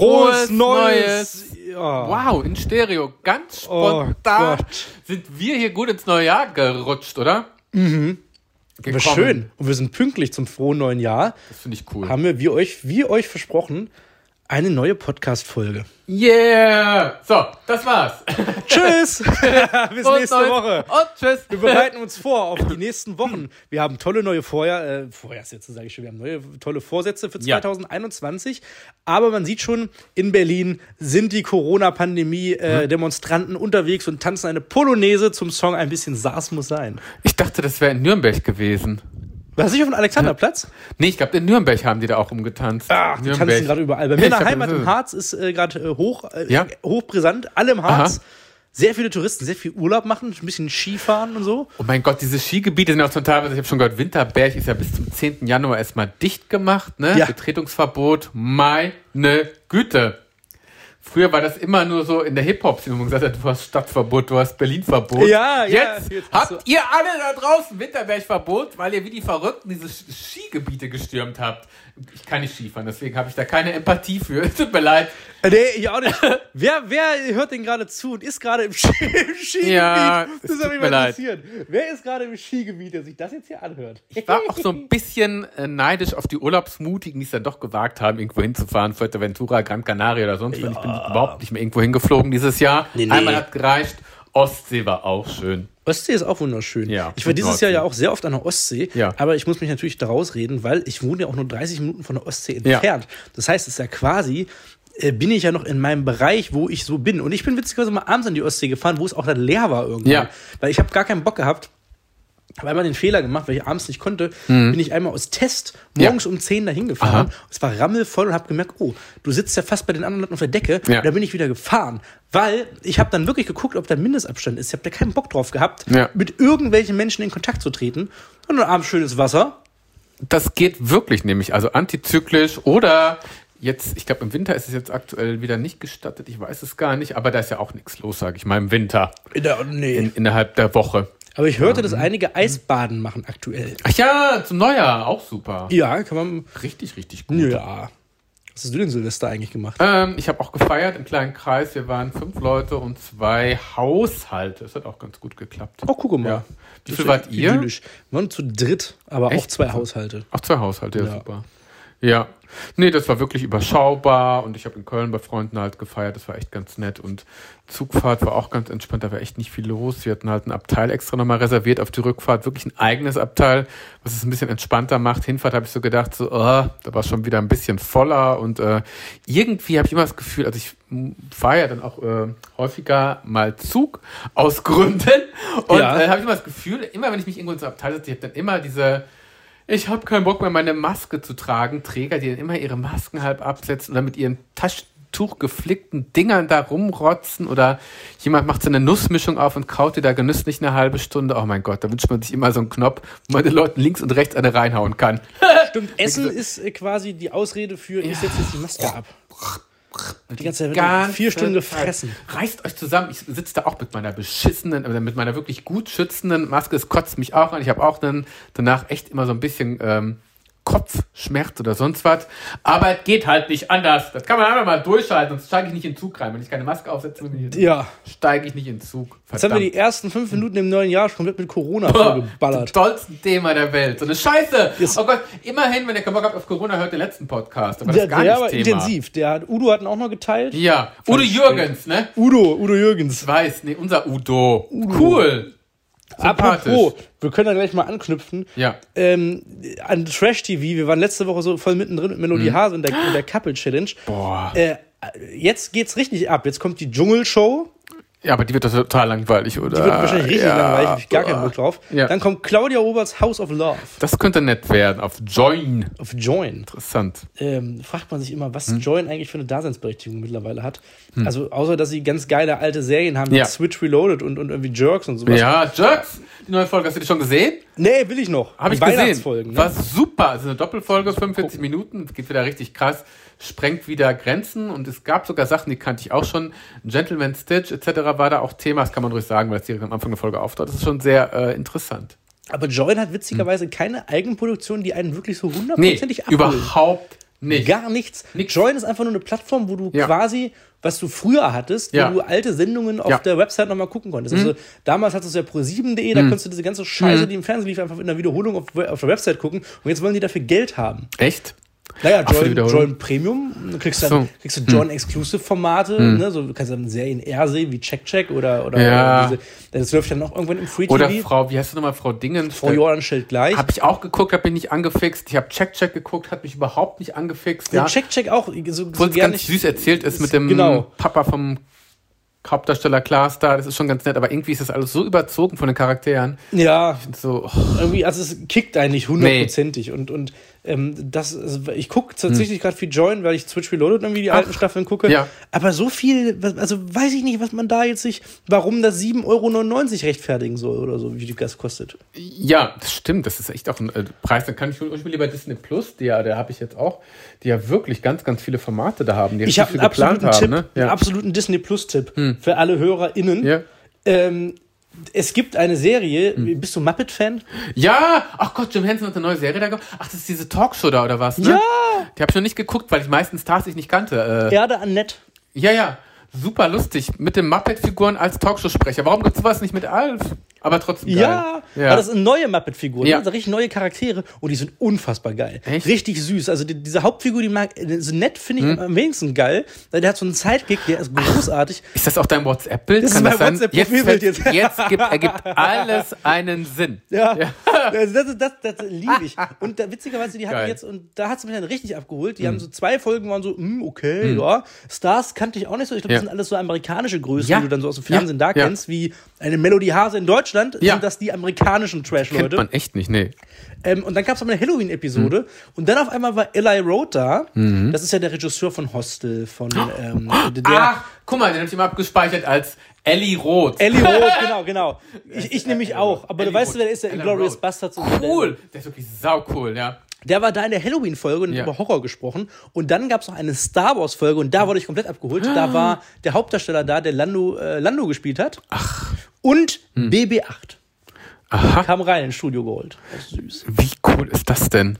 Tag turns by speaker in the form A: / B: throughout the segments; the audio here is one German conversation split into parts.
A: Frohes, Neues. Ja.
B: Wow, in Stereo. Ganz
A: Oh
B: spontan
A: Gott.
B: sind wir hier gut ins neue Jahr gerutscht, oder? Mhm.
A: War schön. Und wir sind pünktlich zum frohen neuen Jahr.
B: Das finde ich cool.
A: Haben wir, wie euch, wie euch versprochen, eine neue Podcast-Folge.
B: Yeah! So, das war's.
A: Tschüss! Bis
B: Und
A: nächste
B: neues-
A: Woche.
B: Und tschüss.
A: Wir bereiten uns vor auf die nächsten Wochen. Wir haben tolle neue Vorjahr, äh, Vorjahrssätze, sage ich schon. Wir haben neue tolle Vorsätze für
B: Ja.
A: 2021. Aber man sieht schon, in Berlin sind die
B: Mhm.
A: Corona-Pandemie-Demonstranten unterwegs und tanzen eine Polonaise zum Song Ein bisschen Saas muss sein.
B: Ich dachte, das wäre in Nürnberg gewesen.
A: Was ich auf dem Alexanderplatz?
B: Nee, ich glaube, in Nürnberg haben die da auch rumgetanzt.
A: Ach, Ah, die tanzen gerade überall. Bei mir in der Heimat im Harz ist äh, gerade äh, hoch, äh,
B: Ja?
A: hochbrisant, alle im Harz.
B: Aha.
A: Sehr viele Touristen, sehr viel Urlaub machen, ein bisschen Skifahren und so.
B: Oh mein Gott, diese Skigebiete sind auch zum Teil, ich habe schon gehört, Winterberg ist ja bis zum 10. Januar erstmal dicht gemacht, ne?
A: Ja.
B: Betretungsverbot, meine Güte. Früher war das immer nur so in der Hip-Hop-Szene, wo man gesagt hat, du hast Stadtverbot, du hast Berlin-Verbot.
A: Ja, ja,
B: jetzt,
A: jetzt ist
B: habt
A: so.
B: ihr alle da draußen Winterberg-Verbot, weil ihr wie die Verrückten diese Sch- Skigebiete gestürmt habt. Ich kann nicht Skifahren, deswegen habe ich da keine Empathie für. Tut mir leid.
A: Äh, Nee, ich auch nicht. wer, wer hört denn gerade zu und ist gerade im, Ski, im Skigebiet?
B: Ja, es
A: das ist
B: tut
A: aber
B: mir leid.
A: interessiert. Wer ist gerade im Skigebiet, der sich das jetzt hier anhört?
B: Ich war auch so ein bisschen äh, neidisch auf die Urlaubsmutigen, die es dann doch gewagt haben, irgendwo hinzufahren, Fuerteventura, Gran Canaria oder sonst was. Ich bin überhaupt nicht mehr irgendwo hingeflogen dieses Jahr.
A: Nee, nee.
B: Einmal hat gereicht. Ostsee war auch schön.
A: Ostsee ist auch wunderschön.
B: Ja,
A: ich war
B: und
A: dieses Jahr
B: Nordsee.
A: ja auch sehr oft an der Ostsee,
B: Ja.
A: aber ich muss mich natürlich daraus reden, weil ich wohne ja auch nur 30 Minuten von der Ostsee
B: Ja.
A: entfernt. Das heißt, es ist ja quasi, äh, bin ich ja noch in meinem Bereich, wo ich so bin. Und ich bin witzigerweise mal abends an die Ostsee gefahren, wo es auch dann leer war irgendwann.
B: Ja.
A: Weil ich habe gar keinen Bock gehabt. Habe einmal den Fehler gemacht, weil ich abends nicht konnte, bin ich einmal aus Test
B: Mhm. Ja.
A: morgens um 10 dahin gefahren.
B: Aha.
A: Es war rammelvoll und habe gemerkt, oh, du sitzt ja fast bei den anderen Leuten auf der Decke.
B: Ja.
A: Und da bin ich wieder gefahren, weil ich habe dann wirklich geguckt, ob da Mindestabstand ist. Ich habe da keinen Bock drauf gehabt,
B: Ja.
A: mit irgendwelchen Menschen in Kontakt zu treten. Und dann abends schönes Wasser.
B: Das geht wirklich nämlich, also antizyklisch oder jetzt, ich glaube im Winter ist es jetzt aktuell wieder nicht gestattet, ich weiß es gar nicht, aber da ist ja auch nichts los, sage ich mal, im Winter,
A: nee.
B: in, innerhalb der Woche.
A: Aber ich hörte, dass einige Eisbaden machen aktuell.
B: Ach ja, zum Neujahr, auch super.
A: Ja, kann man.
B: Richtig, richtig gut.
A: Ja. Was hast du denn Silvester eigentlich gemacht?
B: Ähm, ich habe auch gefeiert im kleinen Kreis. Wir waren fünf Leute und zwei Haushalte. Das hat auch ganz gut geklappt.
A: Oh, guck mal.
B: Ja. Wie
A: Das
B: viel
A: ist ja
B: wart ihr?
A: idyllisch. Wir waren zu dritt, aber auch
B: Echt?
A: zwei Haushalte.
B: Auch zwei Haushalte, ja,
A: Ja.
B: super. Ja. Nee, das war wirklich überschaubar und ich habe in Köln bei Freunden halt gefeiert. Das war echt ganz nett und Zugfahrt war auch ganz entspannt. Da war echt nicht viel los. Wir hatten halt ein Abteil extra nochmal reserviert auf die Rückfahrt. Wirklich ein eigenes Abteil, was es ein bisschen entspannter macht. Hinfahrt habe ich so gedacht, so, oh, da war schon wieder ein bisschen voller und äh, irgendwie habe ich immer das Gefühl, also ich fahre ja dann auch äh, häufiger mal Zug aus Gründen und
A: Ja.
B: äh, habe ich immer das Gefühl, immer wenn ich mich irgendwo ins Abteil setze, ich habe dann immer diese ich habe keinen Bock mehr, meine Maske zu tragen. Träger, die dann immer ihre Masken halb absetzen oder mit ihren Taschentuch geflickten Dingern da rumrotzen oder jemand macht so eine Nussmischung auf und kaut dir da genüsslich eine halbe Stunde. Oh mein Gott, da wünscht man sich immer so einen Knopf, wo man den Leuten links und rechts eine reinhauen kann.
A: Stimmt, Essen ist äh, quasi die Ausrede für, ich setze jetzt die Maske ab. Die ganze Zeit wird
B: Ganze
A: vier Stunden
B: Zeit.
A: gefressen.
B: Reißt euch zusammen. Ich sitze da auch mit meiner beschissenen, äh, mit meiner wirklich gut schützenden Maske. Es kotzt mich auch an. Ich habe auch dann danach echt immer so ein bisschen ähm, Kopfschmerz oder sonst was. Aber es geht halt nicht anders. Das kann man einfach mal durchhalten, sonst steige ich nicht in den Zug rein. Wenn ich keine Maske aufsetze, bin ich-
A: Ja.
B: steige ich nicht in den Zug. Oh,
A: Jetzt haben wir die ersten fünf Minuten im neuen Jahr schon komplett mit Corona vollgeballert.
B: Das tollsten Thema der Welt. So eine Scheiße.
A: Yes.
B: Oh Gott, immerhin, wenn ihr keinen Bock habt auf Corona, hört den letzten Podcast. Aber das
A: Der,
B: ist gar
A: der
B: nicht
A: war
B: Thema.
A: intensiv. Der hat, Udo hat ihn auch noch geteilt.
B: Ja, Udo
A: ich
B: Jürgens, ne?
A: Udo, Udo Jürgens.
B: weiß, nee, unser Udo. Cool. Sympathisch.
A: Apropos, wir können da gleich mal anknüpfen.
B: Ja.
A: Ähm, an Trash TV, wir waren letzte Woche so voll mittendrin mit Melodie Hase und der, und der Couple Challenge.
B: Mhm. Boah.
A: Äh, jetzt geht's richtig ab. Jetzt kommt die Dschungelshow.
B: Ja, aber die wird doch total langweilig, oder?
A: Die wird wahrscheinlich richtig
B: Ah, ja.
A: langweilig, hab ich gar keinen Bock drauf.
B: Ja.
A: Dann kommt Claudia Roberts House of Love
B: Das könnte nett werden. Auf Join.
A: auf Join.
B: Interessant.
A: ähm, fragt man sich immer, was
B: Hm.
A: Join eigentlich für eine Daseinsberechtigung mittlerweile hat. Also außer, dass sie ganz geile alte Serien haben, wie
B: Ja.
A: Switch Reloaded und, und irgendwie Jerks und sowas.
B: Ja, Jerks. Die neue Folge, hast du die schon gesehen?
A: Nee, will ich noch.
B: Habe
A: Die
B: ich gesehen.
A: Weihnachtsfolgen, Ne?
B: War super. Also eine Doppelfolge, 45 Minuten. Geht wieder richtig krass. Sprengt wieder Grenzen. Und es gab sogar Sachen, die kannte ich auch schon. Gentleman Stitch etc. war da auch Thema. Das kann man ruhig sagen, weil es direkt am Anfang der Folge auftaucht. Das ist schon sehr äh, interessant.
A: Aber Join hat witzigerweise keine Eigenproduktion, die einen wirklich so
B: Nee,
A: hundertprozentig abholen.
B: überhaupt Nicht.
A: Gar nichts.
B: Nix.
A: Join ist einfach nur eine Plattform, wo du
B: Ja.
A: quasi, was du früher hattest,
B: Ja.
A: wo du alte Sendungen auf
B: Ja. Mhm.
A: der Website nochmal gucken konntest. Also damals hattest du ja pro7.de, da konntest du diese ganze Scheiße, die im Fernsehen lief, einfach in der Wiederholung auf, auf der Website gucken. Und jetzt wollen die dafür Geld haben.
B: Echt?
A: Naja,
B: für die
A: Join,
B: Wiederholung?
A: Join Premium, dann kriegst du,
B: Ach so. Mhm.
A: dann, kriegst du Join-Exclusive-Formate, ne? so, du kannst dann Serien R sehen, wie Check Check oder, oder
B: Ja.
A: diese, das läuft dann auch irgendwann im
B: Oder
A: Free-TV.
B: Frau, wie heißt du nochmal, Frau Dingens?
A: Frau Jordan Schild gleich.
B: Habe ich auch geguckt, habe mich nicht angefixt. Ich habe Check Check geguckt, hat mich überhaupt nicht angefixt.
A: Ja.
B: Ja.
A: Check Check auch, so, so
B: Obwohl es
A: gerne
B: ganz
A: nicht.
B: süß erzählt ist mit dem
A: Genau.
B: Papa vom Hauptdarsteller Klaas da. Das ist schon ganz nett, aber irgendwie ist das alles so überzogen von den Charakteren.
A: Ja,
B: Und so, oh,
A: irgendwie, also es kickt eigentlich hundertprozentig. Und, und ähm, das, also ich gucke tatsächlich gerade viel Join, weil ich Switch Reloaded irgendwie die alten Staffeln gucke.
B: Hm. Ja.
A: Aber so viel, was- also weiß ich nicht, was man da jetzt sich, warum das 7,99 Euro rechtfertigen soll oder so, wie die das kostet.
B: ja, das stimmt. Das ist echt auch ein äh, Preis. Dann kann ich zum Beispiel lieber Disney Plus, die ja, da habe ich jetzt auch, die ja wirklich ganz, ganz viele Formate da haben, die
A: Ich
B: richtig
A: habe einen absoluten Tipp, einen
B: ne? Ja. Hm.
A: absoluten Disney Plus-Tipp für alle HörerInnen.
B: Ja.
A: Ähm, es gibt eine Serie,
B: Hm.
A: bist du Muppet-Fan?
B: ja, ach Gott, Jim Henson hat eine neue Serie da gemacht. Ach, das ist diese Talkshow da oder was? Ne?
A: Ja!
B: Die habe ich noch nicht geguckt, weil ich meistens Stars ich nicht kannte. Äh,
A: Erde Annette.
B: Ja, ja, super lustig. Mit den Muppet-Figuren als Talkshow-Sprecher. Warum gibt's sowas nicht mit Alf? Aber trotzdem geil.
A: Ja,
B: ja.
A: aber das sind neue Muppet-Figuren,
B: Ja.
A: ne? das sind richtig neue Charaktere und die sind unfassbar geil.
B: Echt? Hm?
A: Richtig süß. Also die, diese Hauptfigur, die mag, äh, so nett finde ich am wenigsten geil, weil der hat so einen Sidekick, der ist großartig.
B: ist das auch dein WhatsApp-Bild?
A: Das ist mein WhatsApp-Profilbild
B: jetzt.
A: jetzt.
B: fällt- jetzt gibt, ergibt alles einen Sinn.
A: Ja, Also das, ist- das, das liebe ich. Und da, witzigerweise, die hatten
B: Geil. Hm.
A: jetzt, und da hat es mich dann richtig abgeholt, die haben so zwei Folgen, waren so, mm, okay, ja. Stars kannte ich auch nicht so, ich glaube,
B: Ja.
A: das sind alles so amerikanische Größen,
B: Ja.
A: die du dann so aus dem
B: Ja.
A: Fernsehen da
B: Ja.
A: kennst, wie eine Melodie Hase in Deutschland,
B: Ja.
A: sind das die amerikanischen
B: Kennt
A: Trash-Leute.
B: man echt nicht, nee.
A: Ähm, und dann gab es aber eine Halloween-Episode.
B: Mhm.
A: Und dann auf einmal war Eli Roth da. Das ist ja der Regisseur von Hostel, von
B: Oh.
A: ähm, der.
B: Ach, Ah, guck mal, den habe ich immer abgespeichert als Ellie Roth.
A: Eli Roth, genau, genau. Ich, ich nehme mich
B: Eli
A: auch.
B: Roth.
A: Aber
B: Eli
A: du weißt,
B: Roth.
A: wer der ist, der
B: Eli
A: Inglourious
B: Roth.
A: Bastards. und so.
B: Cool. Der ist wirklich saucool, ja.
A: Der war da in der Halloween-Folge und
B: Ja.
A: hat über Horror gesprochen. Und dann gab es noch eine Star Wars-Folge und da wurde ich komplett abgeholt. Da war der Hauptdarsteller da, der Lando, äh, Lando gespielt hat. Ach. Und BB8.
B: Hm. Aha,
A: Kam rein ins Studio geholt. Das ist süß.
B: wie cool ist das denn?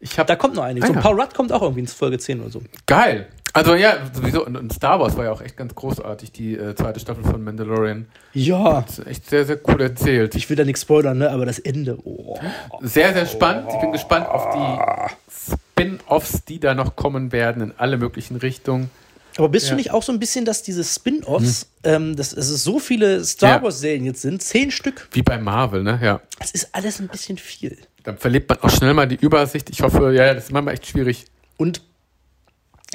B: Ich habe
A: Da kommt noch einiges.
B: Ah,
A: Und
B: ja.
A: Paul Rudd kommt auch irgendwie ins Folge 10 oder so.
B: Geil. Also ja, sowieso. Und, und Star Wars war ja auch echt ganz großartig, die äh, zweite Staffel von Mandalorian.
A: Ja.
B: Das ist echt sehr, sehr cool erzählt.
A: Ich will da nichts spoilern, ne? aber das Ende. Oh.
B: Sehr, sehr spannend. Ich bin gespannt auf die Spin-Offs, die da noch kommen werden in alle möglichen Richtungen.
A: Aber bist du
B: Ja.
A: nicht auch so ein bisschen, dass diese Spin-Offs, ähm, dass es so viele Star
B: Ja.
A: Wars-Serien jetzt sind, zehn Stück,
B: Wie bei Marvel, ne? Ja.
A: das ist alles ein bisschen viel.
B: Dann verliert man auch schnell mal die Übersicht. Ich hoffe, ja, ja, das ist manchmal echt schwierig.
A: Und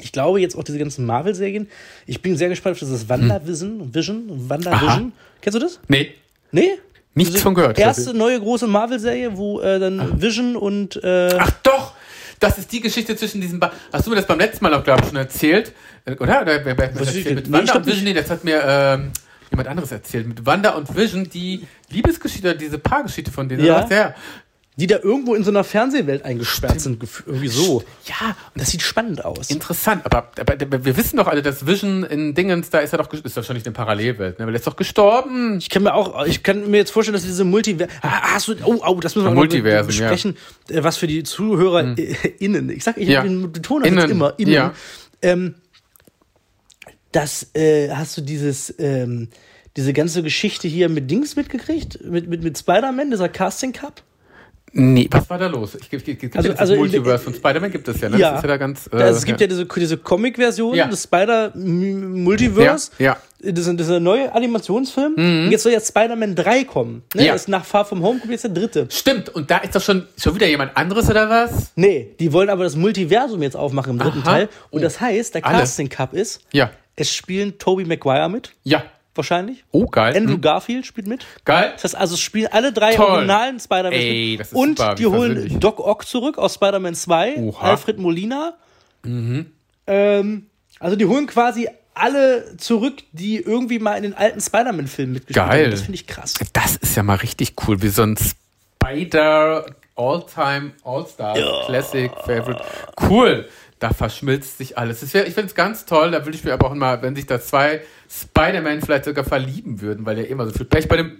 A: ich glaube jetzt auch diese ganzen Marvel-Serien, ich bin sehr gespannt auf dieses WandaVision, Vision, WandaVision. Kennst du das?
B: Nee.
A: Nee?
B: Nichts
A: Diese
B: von gehört,
A: Erste
B: tatsächlich.
A: neue große Marvel-Serie, wo äh, dann Vision und äh,
B: Ach doch! Das ist die Geschichte zwischen diesen beiden. Hast du mir das beim letzten Mal auch, glaube ich, schon erzählt? Äh, Oder? Oder wer, wer hat mir
A: Was
B: das
A: ich-
B: erzählt? Mit
A: nee, ich
B: Wanda
A: glaub
B: und Vision, nee, das hat mir ähm, jemand anderes erzählt. Mit Wanda und Vision, die Liebesgeschichte, oder diese Paargeschichte von denen.
A: Ja.
B: oder was? ja.
A: die da irgendwo in so einer Fernsehwelt eingesperrt sind, gef- irgendwie so.
B: ja,
A: Und das sieht spannend aus.
B: Interessant, aber, aber wir wissen doch alle, dass Vision in Dingens, da ist er doch, ges- ist doch schon nicht eine Parallelwelt, ne? weil er ist doch gestorben.
A: Ich kann mir auch, ich kann mir jetzt vorstellen, dass diese Multiversen. Hast du, oh, oh, das müssen wir auch noch
B: Multiversen, Hm.
A: besprechen, äh, was für die Zuhörer äh, innen. Ich sag, ich
B: Ja.
A: betone das jetzt
B: Innen,
A: immer innen.
B: ja.
A: Ähm, das äh, hast du dieses, ähm, diese ganze Geschichte hier mit Dings mitgekriegt, mit mit mit Spider-Man, dieser Casting Cup.
B: Nee. Was war da los? Ich, ich, ich, gibt
A: Also-
B: ja das
A: also in-
B: Multiverse von Spider-Man gibt es ja, ne? Das ist ja da ganz.
A: Da- es gibt ja, diese, diese Comic-Version
B: Ja.
A: des Spider-Multiverse.
B: Ja, Mhm.
A: Das ist das ist ein neuer Animationsfilm. Und jetzt soll ja Spider-Man 3 kommen. Ne?
B: Ja.
A: Das ist nach Far From Home kommt jetzt der dritte.
B: Stimmt, und da ist doch schon, schon wieder jemand anderes oder was?
A: Nee, die wollen aber das Multiversum jetzt aufmachen im dritten
B: Aha.
A: Teil. Und
B: Oh.
A: das heißt, der
B: Alle.
A: Casting Cup ist,
B: Ja.
A: es spielen Tobey Maguire mit,
B: Ja.
A: wahrscheinlich.
B: Oh, geil.
A: Andrew
B: Hm.
A: Garfield spielt mit.
B: Geil.
A: Das heißt also, es spielen alle drei
B: Toll.
A: originalen Spider-Man
B: Ey,
A: mit.
B: das ist
A: Und
B: super, wie
A: die holen
B: versöhnlich.
A: Doc Ock zurück aus Spider-Man 2,
B: Oha. Mhm.
A: Alfred Molina. Ähm, also die holen quasi alle zurück, die irgendwie mal in den alten Spider-Man-Filmen mitgespielt
B: Geil.
A: haben. Das finde ich krass.
B: Das ist ja mal richtig cool, wie so ein Spider All-Time All-Star Classic Favorite. Cool. Da verschmilzt sich alles. Das wär, ich finde es ganz toll. Da würde ich mir aber auch mal, wenn sich da zwei Spider-Man vielleicht sogar verlieben würden, weil ja immer so viel Pech bei dem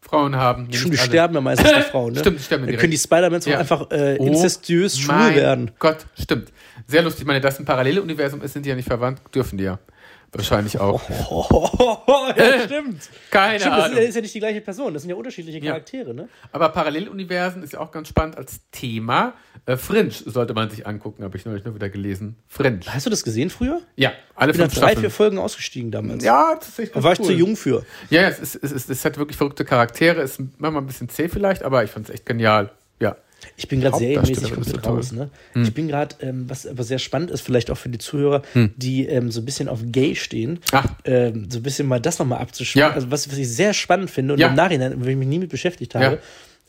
B: Frauen haben. nämlich
A: Stimmt, die
B: alle.
A: sterben ja meistens die Frauen, ne?
B: Stimmt, die sterben
A: Dann
B: direkt.
A: können die Spider-Mans auch
B: Ja.
A: einfach äh,
B: Oh
A: incestuös schwul
B: mein
A: werden.
B: Gott, stimmt. Sehr lustig. Ich meine, das ein parallele Universum ist, sind die ja nicht verwandt, dürfen die ja. Wahrscheinlich auch.
A: ja, stimmt.
B: Äh, Keine
A: Oh. Stimmt, das ist,
B: Ahnung.
A: das ist ja nicht die gleiche Person, das sind ja unterschiedliche
B: Ja.
A: Charaktere, ne?
B: Aber Paralleluniversen ist ja auch ganz spannend als Thema. Äh, Fringe sollte man sich angucken, habe ich neulich nur wieder gelesen. Fringe.
A: Hast du das gesehen früher?
B: Ja, alle
A: Ich bin nach
B: fünf
A: drei, vier
B: Staffeln.
A: Folgen ausgestiegen damals.
B: Ja, das ist echt
A: Da
B: ganz
A: war ich
B: cool.
A: zu jung für.
B: Ja, ja, es, ist, es, ist, es hat wirklich verrückte Charaktere. Ist manchmal ein bisschen zäh vielleicht, aber ich fand es echt genial. Ja.
A: Ich bin gerade
B: Hauptdarsteller
A: serienmäßig
B: bist du
A: komplett
B: toll. Hm.
A: raus. Ne? Ich bin gerade, ähm, was aber sehr spannend ist, vielleicht auch für die Zuhörer,
B: Hm.
A: die ähm, so ein bisschen auf gay stehen,
B: Ach.
A: ähm, so ein bisschen mal das nochmal abzuschreiben.
B: Ah. Ja.
A: Also was, was ich sehr spannend finde und
B: Ja.
A: im Nachhinein, wo ich mich nie mit beschäftigt habe.
B: Ja.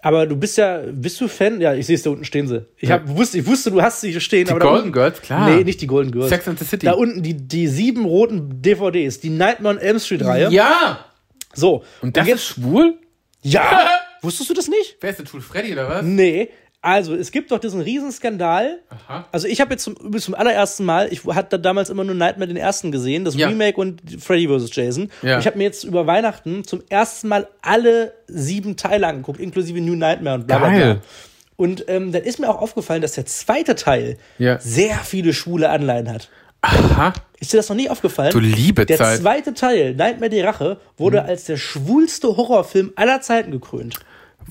A: Aber du bist ja, bist du Fan? Ja, ich sehe es da unten stehen sie. Ich, hab, wusste, ich wusste, du hast sie hier stehen.
B: Die
A: aber da
B: Golden
A: unten,
B: Girls, klar.
A: Nee, nicht die Golden Girls.
B: Sex and the City.
A: Da unten die, die sieben roten DVDs, die Nightmare on Elm Street Reihe.
B: Ja!
A: So.
B: Und das ist schwul?
A: ja! Wusstest du das nicht?
B: Wer ist denn schwul? Freddy oder was?
A: Nee. Also, es gibt doch diesen Riesenskandal.
B: Aha.
A: Also ich habe jetzt zum, übrigens zum allerersten Mal, ich hatte damals immer nur Nightmare den ersten gesehen, das
B: Ja.
A: Remake und Freddy vs. Jason.
B: Ja.
A: Und ich habe mir jetzt über Weihnachten zum ersten Mal alle sieben Teile angeguckt, inklusive New Nightmare und bla bla bla.
B: Geil.
A: Und ähm, dann ist mir auch aufgefallen, dass der zweite Teil
B: Ja.
A: sehr viele schwule Anleihen hat.
B: Aha.
A: Ist dir das noch nie aufgefallen?
B: Du liebe
A: der
B: Zeit. Mhm.
A: zweite Teil, Nightmare die Rache, wurde als der schwulste Horrorfilm aller Zeiten gekrönt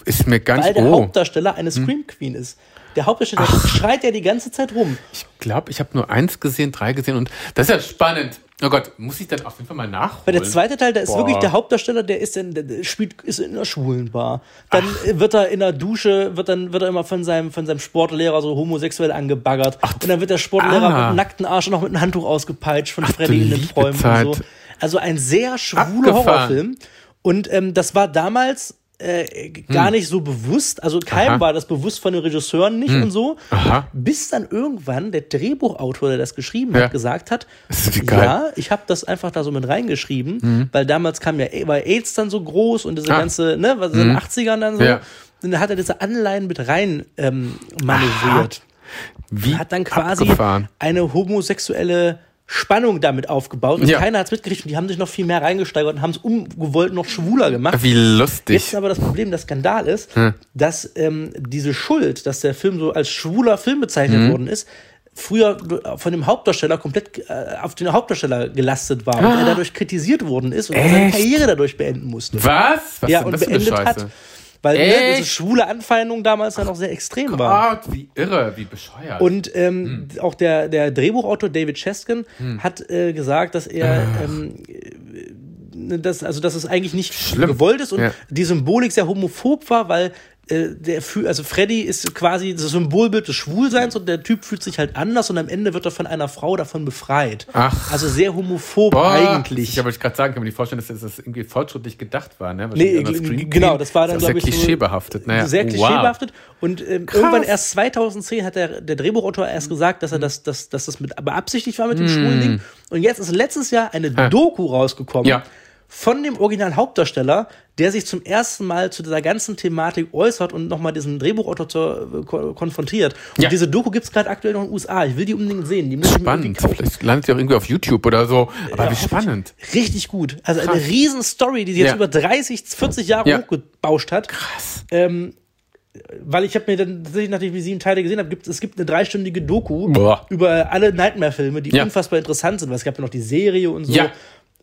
B: Ist mir ganz.
A: weil der
B: oh.
A: Hauptdarsteller eine Scream Queen ist. Der Hauptdarsteller schreit ja die ganze Zeit rum.
B: Ich glaube, ich habe nur eins gesehen, drei gesehen und das ist ja spannend. Oh Gott, muss ich dann auf jeden Fall mal nachholen?
A: Weil der zweite Teil, da ist
B: Boah.
A: wirklich der Hauptdarsteller, der ist in, der spielt, ist in einer schwulen Bar. Dann wird er in der Dusche, wird dann, wird er immer von seinem, von seinem Sportlehrer so homosexuell angebaggert. und dann wird der Sportlehrer
B: Ah.
A: mit einem nackten Arsch noch mit einem Handtuch ausgepeitscht von Freddy in den
B: liebe
A: Träumen
B: Zeit.
A: und so. Also ein sehr schwuler
B: Abgefahren.
A: Horrorfilm. Und ähm, das war damals äh, gar nicht so bewusst, also keinem
B: Hm. Aha. Hm.
A: war das bewusst von den Regisseuren nicht und so.
B: Aha.
A: Bis dann irgendwann der Drehbuchautor, der das geschrieben
B: Ja.
A: hat, gesagt hat,
B: Ist wie geil.
A: ja, Ah, ich habe das einfach da so mit reingeschrieben, weil damals kam ja war AIDS dann so groß und diese
B: Mhm. Ah.
A: ganze, ne, was ist in den 80ern dann so.
B: Ja.
A: Und dann hat er diese Anleihen mit rein ähm, manövriert.
B: Wie
A: Hat dann quasi
B: Abgefahren.
A: eine homosexuelle Spannung damit aufgebaut und
B: Ja.
A: keiner hat es mitgekriegt und die haben sich noch viel mehr reingesteigert und haben es umgewollt noch schwuler gemacht.
B: Wie
A: Jetzt ist
B: lustig.
A: aber das Problem, der Skandal ist,
B: Hm.
A: dass ähm, diese Schuld, dass der Film so als schwuler Film bezeichnet
B: Hm.
A: worden ist, früher von dem Hauptdarsteller komplett äh, auf den Hauptdarsteller gelastet war und er dadurch kritisiert worden ist und auch seine
B: Ah. Echt?
A: Karriere dadurch beenden musste.
B: Was? Was
A: ja,
B: denn
A: und
B: das für eine
A: beendet hat.
B: Scheiße?
A: Weil ne,
B: Echt?
A: diese schwule Anfeindung damals dann auch sehr extrem war.
B: Gott, wie irre, wie bescheuert.
A: Und ähm,
B: Hm.
A: auch der, der Drehbuchautor David Cheskin hat äh, gesagt, dass er
B: Ah.
A: ähm, äh, das, also dass es eigentlich nicht
B: Schlimm.
A: gewollt ist und
B: Ja.
A: die Symbolik sehr homophob war, weil äh, der fühl- also Freddy ist quasi das Symbolbild des Schwulseins und der Typ fühlt sich halt anders und am Ende wird er von einer Frau davon befreit.
B: Ach.
A: Also sehr homophob
B: Boah,
A: eigentlich.
B: Ich wollte gerade sagen, kann man sich vorstellen, dass das irgendwie fortschrittlich gedacht war, ne? Was
A: Nee,
B: mit einer
A: g-
B: Screen
A: genau,
B: Queen
A: das war dann,
B: ist auch
A: glaube ich,
B: sehr
A: so-
B: klischeebehaftet. Naja, oh,
A: sehr
B: wow.
A: klischeebehaftet. Und ähm, irgendwann erst 2010 hat der, der Drehbuchautor erst gesagt, dass er das, dass, dass das mit beabsichtigt war mit
B: Mm.
A: dem schwulen Ding. Und jetzt ist letztes Jahr eine Doku rausgekommen
B: Ja.
A: von dem originalen Hauptdarsteller, der sich zum ersten Mal zu dieser ganzen Thematik äußert und nochmal diesen Drehbuchautor zur, ko konfrontiert. Und
B: Ja.
A: diese Doku gibt's gerade aktuell noch in den USA. Ich will die unbedingt sehen. Die muss ich mir irgendwie
B: Spannend.
A: kaufen.
B: Vielleicht landet ihr auch irgendwie auf YouTube oder so. Aber wie spannend.
A: Richtig gut. Also eine
B: Krass.
A: riesen Story, die sie jetzt
B: Ja.
A: über 30, 40 Jahre
B: Ja.
A: hochgebauscht hat.
B: Krass.
A: Ähm, weil ich habe mir dann tatsächlich, nachdem ich sieben Teile gesehen habe, gibt es gibt eine dreistündige Doku
B: Boah.
A: über alle Nightmare-Filme, die
B: Ja.
A: unfassbar interessant sind, weil es gab ja noch die Serie und so.
B: Ja.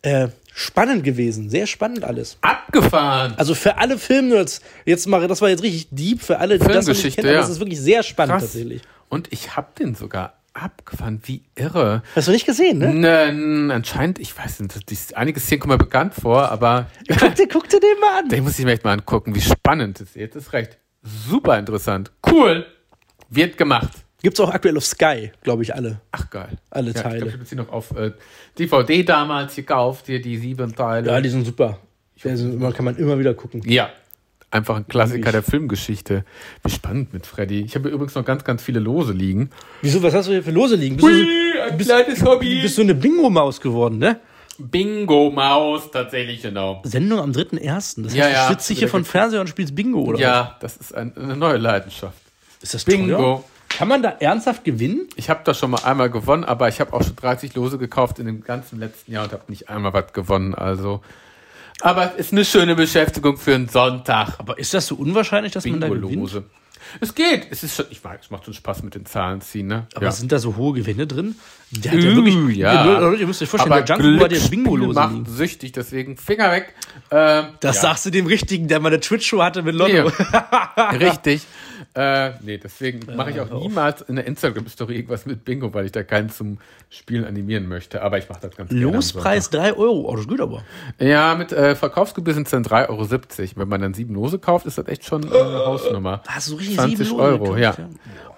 A: Äh, spannend gewesen, sehr spannend alles.
B: Abgefahren.
A: Also für alle Filmnerds, jetzt mache das war jetzt richtig deep für alle, die das noch nicht
B: Filmgeschichte,
A: kennen, aber
B: ja.
A: das ist wirklich sehr spannend
B: Krass.
A: tatsächlich.
B: Und ich habe den sogar abgefahren. Wie irre.
A: Hast du nicht gesehen, ne?
B: Nein, anscheinend, ich weiß nicht, die- einige Szenen kommen mir bekannt vor, aber
A: Guck dir, guck dir den mal an.
B: den muss ich mir echt mal angucken, wie spannend das ist. Jetzt ist recht. Super interessant. Cool. Wird gemacht.
A: Gibt's auch aktuell auf Sky, glaube ich, alle.
B: Ach geil.
A: Alle
B: ja,
A: Teile.
B: Ich glaube, ich habe sie noch auf äh, DVD damals gekauft, hier die sieben Teile.
A: Ja, die sind super. Die sind immer, kann man immer wieder gucken.
B: Ja. Einfach ein Klassiker
A: Ewig.
B: der Filmgeschichte. Wie spannend mit Freddy. Ich habe hier übrigens noch ganz, ganz viele Lose liegen.
A: Wieso, was hast du hier für Lose liegen? Bist du, so-
B: ein kleines Hobby.
A: bist du eine Bingo-Maus geworden, ne?
B: Bingo-Maus, tatsächlich, genau.
A: Sendung am 3.1. Das
B: Ja,
A: heißt,
B: ja.
A: du sitzt dich hier von Fernseher und spielst Bingo, oder?
B: Ja, das ist ein, eine neue Leidenschaft.
A: was? Ist das
B: Bingo.
A: teuer? Kann man da ernsthaft gewinnen?
B: Ich habe das schon mal einmal gewonnen, aber ich habe auch schon 30 Lose gekauft in dem ganzen letzten Jahr und habe nicht einmal was gewonnen. Also, Aber es ist eine schöne Beschäftigung für einen Sonntag.
A: Aber ist das so unwahrscheinlich, dass man da gewinnt?
B: Bingo-Lose. Es geht. Es ist schon, ich weiß, es macht schon Spaß mit den Zahlen ziehen, ne?
A: Aber
B: ja.
A: sind da so hohe Gewinne drin? Der
B: Ü, ja.
A: Ihr, Leute, ihr müsst euch vorstellen,
B: Aber
A: der Junkie war der
B: Glücksspiel
A: bingo los.
B: macht süchtig, deswegen Finger weg. Äh,
A: Das
B: ja.
A: sagst du dem Richtigen, der mal eine Twitch-Show hatte mit Lotto.
B: Nee. Richtig. Äh, nee, deswegen mache ich auch niemals in der Instagram-Story irgendwas mit Bingo, weil ich da keinen zum Spielen animieren möchte. Aber ich mache das ganz gerne. am
A: Lospreis 3 Euro. Oh, das ist gut aber.
B: Sonntag. Ja, mit äh, Verkaufsgebühr sind es dann 3,70 Euro. Wenn man dann sieben Lose kauft, ist das echt schon äh, eine Hausnummer.
A: Hast du richtig
B: 20
A: sieben Lose
B: Euro,
A: gekauft,
B: ja.
A: ja?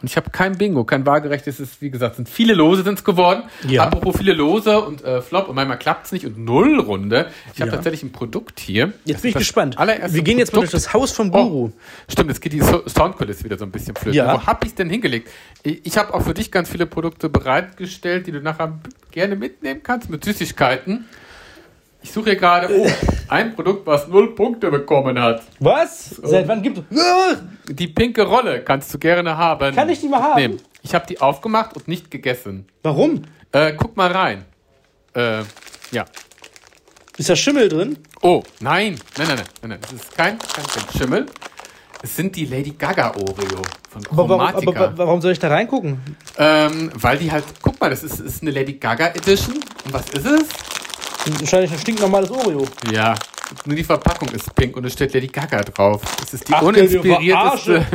B: Und ich habe kein Bingo, kein waagerechtes. Es ist, wie gesagt, sind viele Lose sind es geworden.
A: Ja.
B: Apropos viele Lose und äh, Flop und manchmal klappt es nicht und Nullrunde. Ich habe
A: Ja.
B: tatsächlich ein Produkt hier. Das
A: Jetzt bin
B: ist
A: ich
B: das
A: gespannt.
B: allererste
A: Wir gehen jetzt mal durch
B: Produkt.
A: das Haus vom
B: Oh,
A: Guru.
B: Stimmt, jetzt geht die so Soundkulisse wieder so ein bisschen flöten.
A: Ja.
B: Wo hab ich denn hingelegt? Ich, ich habe auch für dich ganz viele Produkte bereitgestellt, die du nachher gerne mitnehmen kannst mit Süßigkeiten. Ich suche hier gerade oh, ein Produkt, was null Punkte bekommen hat.
A: Was?
B: Oh.
A: Seit wann gibt es.
B: Die pinke Rolle kannst du gerne haben.
A: Kann ich die mal haben?
B: Ich habe die aufgemacht und nicht gegessen.
A: Warum?
B: Äh, guck mal rein. Äh, ja.
A: Ist da Schimmel drin?
B: Oh, nein. Nein, nein, nein, nein, nein. Es ist kein, kein, kein Schimmel. Es sind die Lady Gaga Oreo von
A: Aber warum,
B: Chromatica.
A: aber, wa- warum soll ich da reingucken?
B: Ähm, weil die halt, guck mal, das ist, ist eine Lady Gaga Edition. Und was ist es?
A: Wahrscheinlich ein stinknormales Oreo.
B: Ja. Nur die Verpackung ist pink und es steht Lady Gaga drauf. Es ist die
A: Ach, du
B: uninspirierteste.
A: Verarsche.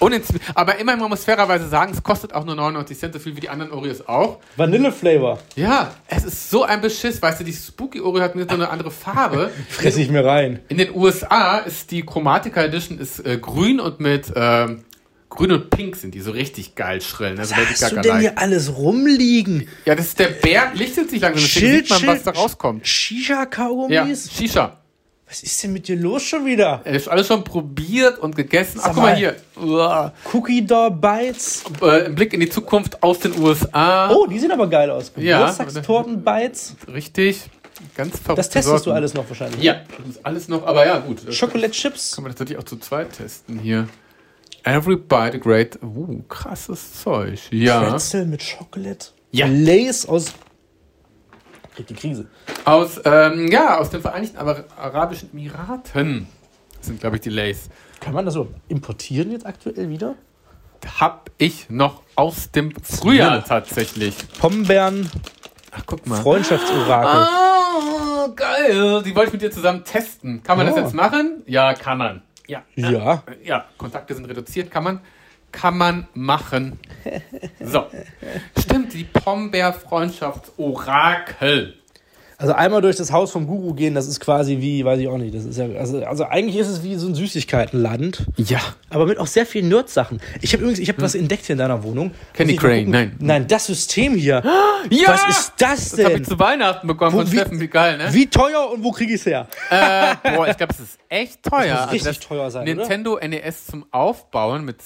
B: Uninsp Aber immerhin, man muss fairerweise sagen, es kostet auch nur 99 Cent, so viel wie die anderen Oreos auch.
A: Vanilleflavor.
B: Ja, es ist so ein Beschiss. Weißt du, die Spooky Oreo hat nur so eine andere Farbe.
A: Fress ich mir rein.
B: In den USA ist die Chromatica Edition ist äh, grün und mit ähm, grün und pink sind die so richtig geil schrillen. Also Lady
A: Hast du
B: Gaga
A: denn
B: like.
A: hier alles rumliegen?
B: Ja, das ist der Bär, lichtet sich langsam, deswegen sieht man, was da rauskommt. Ja,
A: Shisha-Kaugummis?
B: Shisha.
A: Was ist denn mit dir los schon wieder?
B: Er ist alles schon probiert und gegessen. Ach,
A: Sag
B: guck mal
A: mal.
B: hier. Uah.
A: Cookie Dough Bites.
B: Äh, Ein Blick in die Zukunft aus den USA.
A: Oh, die sehen aber geil aus.
B: Ja.
A: Geburtstagstorten Bites.
B: Richtig. Ganz verrückt.
A: Das testest du alles noch wahrscheinlich.
B: Ja, das ist alles noch, aber ja, gut. Das
A: Chocolate Chips.
B: Kann man tatsächlich auch zu zweit testen hier. Everybody Great. Uh, krasses Zeug. Ja.
A: Pretzel mit Chocolate.
B: Ja.
A: Lays aus. Krieg die Krise.
B: Aus, ähm, ja, aus den Vereinigten Ara- Arabischen Emiraten. Das sind, glaube ich, die Lays.
A: Kann man das so importieren jetzt aktuell wieder?
B: Hab ich noch aus dem Frühjahr tatsächlich.
A: Pombeeren
B: Ach, guck mal.
A: Freundschaftsorakel.
B: Ah, geil. Die wollte ich mit dir zusammen testen. Kann man
A: Ja.
B: das jetzt machen? Ja, kann man. Oh. Ja.
A: Ja.
B: Ja, Kontakte sind reduziert. Kann man. Kann man machen. So. Stimmt, die Pombeer-Freundschafts-Orakel.
A: Also einmal durch das Haus vom Guru gehen, das ist quasi wie, weiß ich auch nicht, das ist ja, also, also eigentlich ist es wie so ein Süßigkeitenland.
B: Ja.
A: aber mit auch sehr vielen Nerd-Sachen. Ich habe übrigens, ich habe was entdeckt hier in deiner Wohnung.
B: Hm. Candy
A: Muss ich mal
B: Crane,
A: gucken.
B: nein.
A: Nein, das System hier.
B: Ja!
A: Was ist das
B: Das habe
A: denn?
B: ich zu Weihnachten bekommen
A: Wo-
B: von
A: wie-
B: Steffen. Wie geil, ne?
A: Wie teuer und wo kriege ich es her?
B: Äh, boah, ich glaube, es ist echt teuer. Also
A: muss richtig teuer sein, oder?
B: Nintendo NES zum Aufbauen mit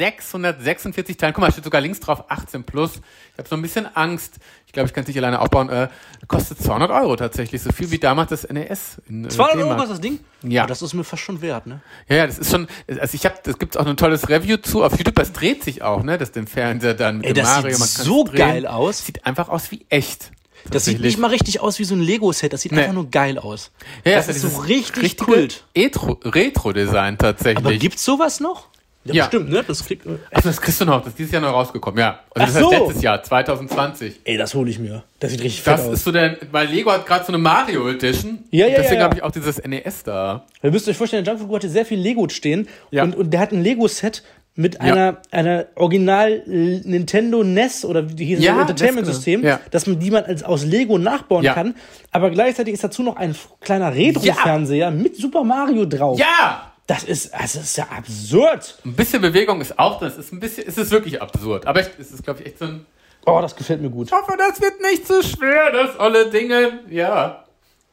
B: 2646 Teilen. Guck mal, steht sogar links drauf 18 plus. Ich habe so ein bisschen Angst. Ich glaube, ich kann es nicht alleine aufbauen. Äh, kostet 200 Euro tatsächlich. So viel wie damals das NES. In, äh,
A: 200 Euro
B: D-Mark.
A: kostet das Ding?
B: Ja.
A: Aber Das ist mir fast schon wert, ne?
B: Ja, ja, das ist schon, also ich habe, das gibt's auch ein tolles Review zu auf YouTube, das dreht sich auch, ne, das den Fernseher dann mit
A: Ey,
B: dem
A: das
B: Mario,
A: sieht
B: man kann's
A: so
B: drehen.
A: geil aus.
B: Sieht einfach aus wie echt.
A: Das sieht
B: Tatsächlich.
A: nicht mal richtig aus wie so ein Lego-Set, das sieht
B: Nee.
A: einfach nur geil aus.
B: ja,
A: das ist so richtig Kult.
B: Retro- Retro-Design tatsächlich.
A: Aber gibt's sowas noch?
B: Ja.
A: bestimmt, ne? Das kriegt, ey,
B: Ach, Also das kriegst du noch, das ist dieses Jahr noch rausgekommen, ja. Also
A: Ach
B: das heißt
A: so.
B: letztes Jahr, 2020.
A: das hole ich mir. Das sieht richtig fett
B: Das
A: aus.
B: ist so der, weil Lego hat gerade so eine Mario Edition.
A: Genau. Ja, ja,
B: Deswegen
A: ja, Oh. ja.
B: habe ich auch dieses NES da.
A: Ihr müsst euch vorstellen, der Junk Food hatte sehr viel Lego stehen
B: Ja.
A: und, und der hat ein Lego-Set mit einer, einer Original äh, Nintendo NES oder wie die hieß
B: Ja,
A: das Entertainment-System,
B: NES, genau. Ja.
A: dass man die man als aus Lego nachbauen
B: Ja.
A: kann. Aber gleichzeitig ist dazu noch ein f- kleiner Retro-Fernseher mit Super Mario drauf.
B: Ja!
A: Das ist, also das ist ja absurd.
B: Ein bisschen Bewegung ist auch drin. Es ist ein bisschen, es ist wirklich absurd. Aber ich, es ist, glaube ich, echt so ein.
A: Oh, das gefällt mir gut.
B: Ich hoffe, das wird nicht zu schwer, das alle Dinge. Ja.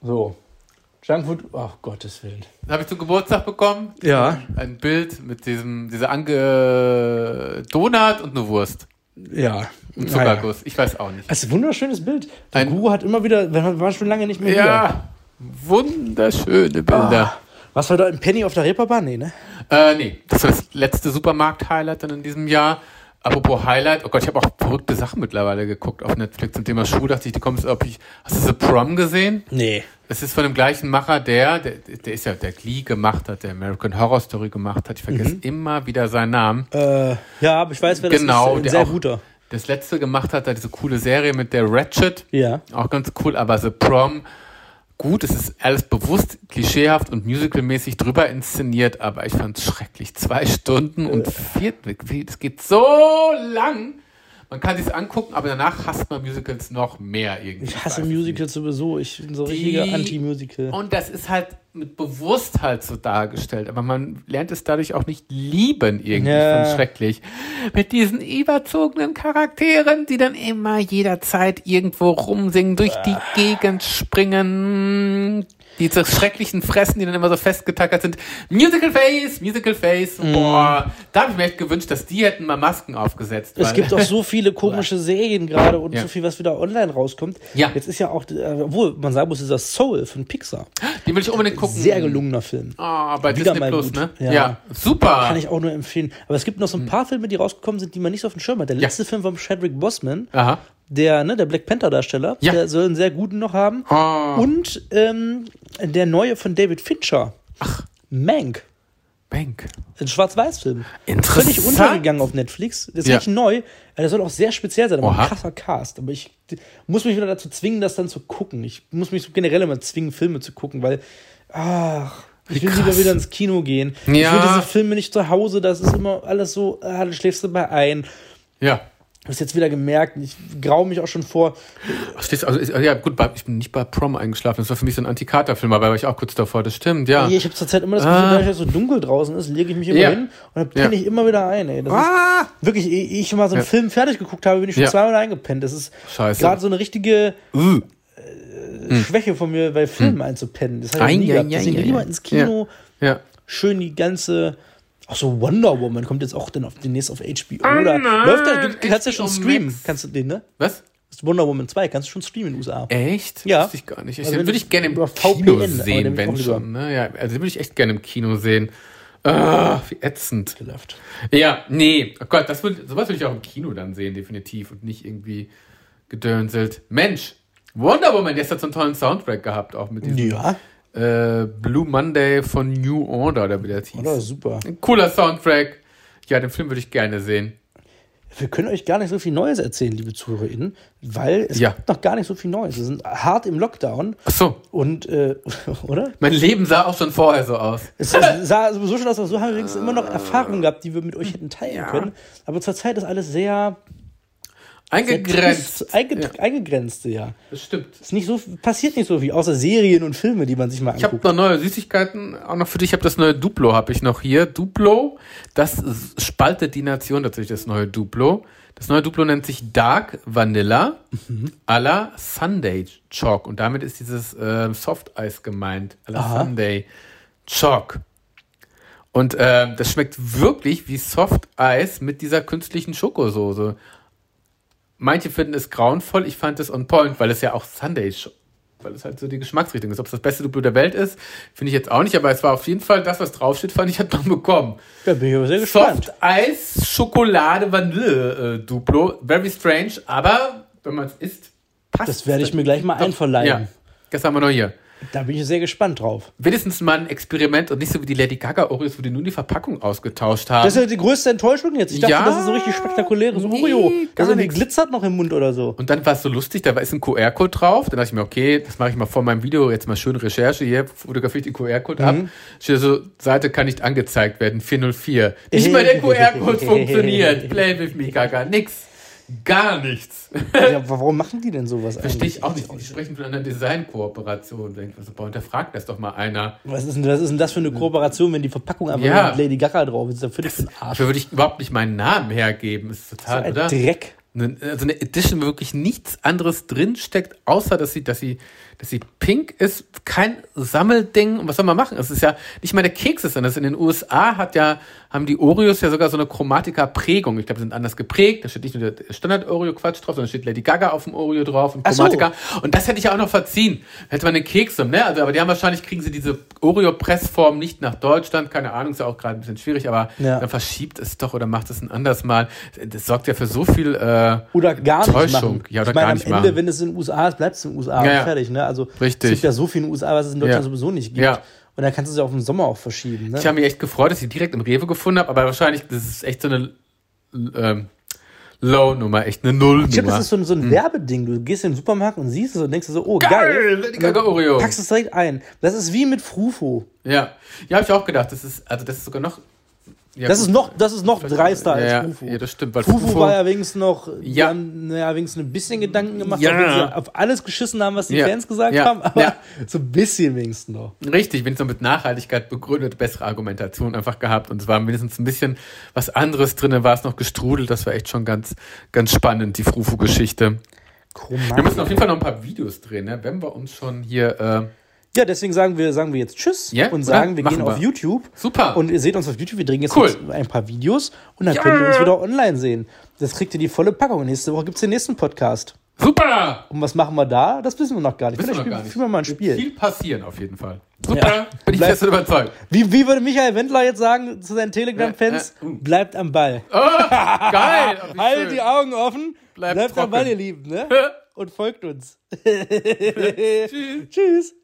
A: So. Junkfood, oh Gottes Willen.
B: Das habe ich zum Geburtstag bekommen.
A: Ja.
B: Ein Bild mit diesem, dieser Ange Donut und eine Wurst.
A: Ah, Ja.
B: Ein Zuckerguss. Ich weiß auch nicht.
A: Das ist ein wunderschönes Bild. Der
B: Ein-
A: Guru hat immer wieder, wir waren schon lange nicht mehr hier.
B: Ja. Wunderschöne Bilder.
A: Ah. Was war da im Penny auf der Reeperbahn? Nee, ne?
B: Äh, nee, das war das letzte Supermarkt-Highlight dann in diesem Jahr. Apropos Highlight, oh Gott, ich habe auch verrückte Sachen mittlerweile geguckt auf Netflix zum Thema Schuh. Dachte ich, die kommst, ob ich, hast du The Prom gesehen?
A: Nee.
B: Es ist von dem gleichen Macher, der, der, der ist ja, der Glee gemacht hat, der American Horror Story gemacht hat. Ich vergesse immer wieder seinen Namen.
A: Äh, ja, aber ich weiß, wer das
B: Genau,
A: ist. Ein
B: der
A: sehr
B: auch-
A: guter.
B: Das letzte gemacht hat, da diese coole Serie mit der Ratchet.
A: Ja.
B: Auch ganz cool, aber The Prom, gut, es ist alles bewusst, klischeehaft und musicalmäßig drüber inszeniert, aber ich fand es schrecklich. Zwei Stunden und vier, es geht so lang. Man kann sich's angucken, aber danach hasst man Musicals noch mehr irgendwie.
A: Ich hasse
B: weiß es nicht.
A: Musicals sowieso. Ich bin so
B: Die-
A: richtiger Anti-Musical.
B: Und das ist halt mit bewusst halt so dargestellt, aber man lernt es dadurch auch nicht lieben irgendwie.
A: Ja.
B: Ja. schrecklich. Mit diesen überzogenen Charakteren, die dann immer jederzeit irgendwo rumsingen, durch die
A: Ah.
B: Gegend springen. Diese schrecklichen Fressen, die dann immer so festgetackert sind. Musical Face, Musical Face.
A: Mhm.
B: Boah, da habe ich mir echt gewünscht, dass die hätten mal Masken aufgesetzt.
A: Es
B: weil-
A: gibt auch so viele komische Serien gerade und
B: Ja.
A: so viel, was wieder online rauskommt.
B: Ja.
A: Jetzt ist ja auch, äh, obwohl man sagen muss, dieser Soul von Pixar.
B: die will ich unbedingt gucken.
A: Sehr gelungener Film.
B: Ah, bei
A: Wieder
B: Disney
A: mal
B: Plus,
A: gut.
B: ne?
A: Ja.
B: Ja, super.
A: Kann ich auch nur empfehlen. Aber es gibt noch so
B: Hm.
A: ein paar Filme, die rausgekommen sind, die man nicht so auf dem Schirm hat. Der letzte Film von Chadwick Boseman,
B: Aha.
A: der, ne, der Black Panther-Darsteller,
B: Ja.
A: der soll einen sehr guten noch haben.
B: Ah.
A: Und ähm, der neue von David Fincher. Ach. Mank.
B: Bank.
A: Ein Schwarz-Weiß-Film.
B: Interessant.
A: Völlig untergegangen auf Netflix. Das ist
B: Ja.
A: nicht neu. Aber Der soll auch sehr speziell sein, aber
B: Oha.
A: ein krasser Cast. Aber ich d- muss mich wieder dazu zwingen, das dann zu gucken. Ich muss mich so generell immer zwingen, Filme zu gucken, weil, ach, ich will lieber wieder ins Kino gehen. Ich will
B: Ja.
A: diese Filme nicht zu Hause, das ist immer alles so, ah, dann schläfst du bei ein.
B: Ja.
A: Hab's jetzt wieder gemerkt, ich grau mich auch schon vor.
B: Ach, stehst, also, ist, ja, gut, bei, ich bin nicht bei Prom eingeschlafen. Das war für mich so ein Antikater-Film, aber war ich auch kurz davor. Das stimmt, ja.
A: Ey, Ich habe zurzeit immer das Gefühl,
B: Ah.
A: wenn es so dunkel draußen ist, lege ich mich immer
B: Ja.
A: hin und dann penne
B: Ja.
A: ich immer wieder ein. Ey. Das ist
B: Ah!
A: Wirklich, ehe ich mal so einen
B: Ja.
A: Film fertig geguckt habe, bin ich schon
B: Ja.
A: zweimal eingepennt. Das ist
B: Scheiße.
A: gerade so eine richtige
B: Uh.
A: Schwäche von mir, bei Filmen einzupennen. Das habe ich
B: Mhm. Ei,
A: nie
B: ei,
A: gehabt.
B: ei,
A: Deswegen
B: ei,
A: lieber
B: ei.
A: ins Kino,
B: Ja.
A: schön die ganze. Auch so Wonder Woman kommt jetzt auch dann auf, demnächst auf HBO. oder läuft da, du kannst ja
B: HBO
A: schon streamen.
B: Max.
A: Kannst du den, ne?
B: Was?
A: Das ist Wonder Woman 2, kannst du schon streamen in den USA.
B: Echt?
A: Ja.
B: Wusste ich gar nicht. Ich,
A: Also
B: den
A: wenn
B: würde ich gerne im
A: über
B: Kino
A: VPN, aber den
B: sehen,
A: will ich auch
B: wenn
A: lieber.
B: schon. Ne? Ja, also den würde ich echt gerne im Kino sehen. Ah, wie ätzend.
A: Gelöfft.
B: Ja, nee. Oh Gott, das würd, sowas würde ich auch im Kino dann sehen, definitiv. Und nicht irgendwie gedönselt. Mensch, Wonder Woman, der hat so einen tollen Soundtrack gehabt, auch mit diesem
A: Ja,
B: äh, Blue Monday von New Order, oder wie der hieß.
A: oder? Super.
B: Ein cooler Soundtrack. Ja, den Film würde ich gerne sehen.
A: Wir können euch gar nicht so viel Neues erzählen, liebe ZuhörerInnen, weil es
B: Ja.
A: gibt noch gar nicht so viel Neues. Wir sind hart im Lockdown
B: Ach so,
A: und, äh, oder?
B: mein Leben sah auch schon vorher so aus.
A: Es sah sowieso schon aus, als so haben wir übrigens immer noch Erfahrungen gehabt, die wir mit euch hätten teilen
B: Ja.
A: können. Aber zurzeit ist alles sehr sehr
B: Eingegrenzt.
A: trist, einge eingegrenzt, ja.
B: Das stimmt.
A: Ist nicht so, passiert nicht so viel, außer Serien und Filme, die man sich mal
B: Ich habe
A: anguckt.
B: noch neue Süßigkeiten, auch noch für dich. Ich habe das neue Duplo, habe ich noch hier. Duplo, das s- spaltet die Nation tatsächlich, das neue Duplo. Das neue Duplo nennt sich Dark Vanilla
A: Mhm.
B: à la Sunday Chalk. Und damit ist dieses ähm, Soft-Eis gemeint, à la
A: Aha.
B: Sunday Chalk. Und ähm, das schmeckt wirklich wie Soft-Eis mit dieser künstlichen Schokosoße. Manche finden es grauenvoll, ich fand es on point, weil es ja auch Sunday Sch- weil es halt so die Geschmacksrichtung ist. Ob es das beste Duplo der Welt ist, finde ich jetzt auch nicht, aber es war auf jeden Fall das, was draufsteht, fand ich, hat man bekommen.
A: Da bin ich aber sehr gespannt.
B: Soft Eis, Schokolade, Vanille äh, Duplo. Very strange, aber wenn man es isst, passt
A: Das werde ich mir gleich mal einverleihen.
B: Ja, das haben wir noch hier.
A: Da bin ich sehr gespannt drauf.
B: Wenigstens mal ein Experiment und nicht so wie die Lady Gaga Oreos, wo die nun die Verpackung ausgetauscht haben.
A: Das ist ja die größte Enttäuschung jetzt. Ich dachte,
B: Ja.
A: das ist so richtig spektakuläres
B: Nee,
A: Oreo.
B: gar
A: Das irgendwie
B: nix.
A: glitzert noch im Mund oder so.
B: Und dann war es so lustig, da war ist ein QR-Code drauf. Dann dachte ich mir, okay, das mache ich mal vor meinem Video, jetzt mal schöne Recherche hier, fotografiere ich den QR-Code ab.
A: Mhm.
B: Steht so, Seite kann nicht angezeigt werden, 404. Nicht mal der QR-Code funktioniert. Play with me, Gaga. Nix. Gar nichts.
A: ja, warum machen die denn sowas
B: Verstehe
A: eigentlich?
B: ich auch nicht. Die sprechen von einer Design-Kooperation. Denkt man so, boah, hinterfragt das doch mal einer.
A: Was ist, denn, was ist denn das für eine Kooperation, wenn die Verpackung einfach
B: Hm. Ja.
A: nur mit Lady Gaga drauf ist? Da finde ich für einen Arsch.
B: Dafür würde ich überhaupt nicht meinen Namen hergeben. Ist total,
A: Ein
B: oder?
A: Dreck.
B: Ne- Also eine Edition, wo wirklich nichts anderes drin steckt, außer dass sie, dass sie, dass sie pink ist, kein Sammelding. Und was soll man machen? Es ist ja nicht mal der Keks ist drin. Das in den USA hat ja haben die Oreos ja sogar so eine Chromatica-Prägung. Ich glaube, die sind anders geprägt. Da steht nicht nur der Standard-Oreo-Quatsch drauf, sondern steht Lady Gaga auf dem Oreo drauf und
A: Ach so.
B: Chromatica. Und das hätte ich ja auch noch verziehen. Hätte man den Kekse, ne? Also, aber die haben wahrscheinlich, kriegen sie diese Oreo-Pressform nicht nach Deutschland. Keine Ahnung, ist ja auch gerade ein bisschen schwierig, aber
A: Ja.
B: dann verschiebt es doch oder macht es ein anderes Mal. Das sorgt ja für so viel, äh,
A: Oder gar nicht
B: Täuschung.
A: machen.
B: Ja, oder
A: ich meine,
B: gar
A: am
B: nicht
A: Ende,
B: machen.
A: wenn es in den USA ist, bleibt es in den USA
B: Ja,
A: und
B: ja.
A: fertig. Ne? Also
B: Richtig.
A: es gibt ja so viel in den USA, was es in Deutschland
B: Ja.
A: sowieso nicht gibt.
B: Ja.
A: Und dann kannst du es ja auf den Sommer auch verschieben. Ne?
B: Ich habe mich echt gefreut, dass ich die direkt im Rewe gefunden habe, aber wahrscheinlich, das ist echt so eine ähm, Low-Nummer, echt eine
A: Ich glaube, das
B: Null-Nummer.
A: ist so ein, so ein Werbeding. Du gehst in den Supermarkt und siehst es und denkst dir so, oh, geil.
B: Lady Gaga Oreo.
A: Packst es direkt ein. Das ist wie mit Frufo.
B: Ja, ja, habe ich auch gedacht. Das ist, also das ist sogar noch. Ja,
A: Das
B: gut.
A: ist noch, das ist noch dreister
B: ja,
A: als Frufo.
B: Ja, das stimmt. Weil
A: Fufu war ja wenigstens noch, die
B: Ja.
A: haben naja, wenigstens ein bisschen Gedanken gemacht,
B: Ja.
A: obwohl sie auf alles geschissen haben, was die
B: Ja.
A: Fans gesagt
B: Ja.
A: haben, aber
B: Ja.
A: so ein bisschen wenigstens noch.
B: Richtig, wenn es mit Nachhaltigkeit begründet, bessere Argumentation einfach gehabt und es war mindestens ein bisschen was anderes drin, war es noch gestrudelt, das war echt schon ganz, ganz spannend, die Frufu-Geschichte. Wir müssen auf jeden Fall noch ein paar Videos drehen, ne? wenn wir uns schon hier, äh,
A: Ja, deswegen sagen wir, sagen wir jetzt Tschüss
B: Ja,
A: und
B: oder?
A: sagen, wir
B: Machen
A: gehen auf
B: wir.
A: YouTube.
B: Super.
A: Und ihr seht uns auf YouTube, wir drehen jetzt
B: Cool.
A: noch ein paar Videos und dann
B: Ja.
A: könnt ihr uns wieder online sehen. Das kriegt ihr die volle Packung. Nächste Woche gibt's den nächsten Podcast.
B: super!
A: Und was machen wir da? Das wissen wir noch gar nicht.
B: Wissen wir
A: Vielleicht
B: noch gar
A: spielen
B: nicht.
A: spielen wir mal ein
B: Wird
A: Spiel.
B: Viel passieren auf jeden Fall. Super, bin ich
A: Bleib-
B: fest überzeugt.
A: Wie, wie würde Michael Wendler jetzt sagen zu seinen Telegram-Fans?
B: Ja, ja, uh.
A: Bleibt am Ball.
B: Oh, geil! oh, wie schön. Äh?
A: Haltet Ah, halt die Augen offen.
B: Bleibt
A: Bleibt am
B: trocken.
A: Ball, ihr Lieben. Ne? Und folgt uns. Tschüss.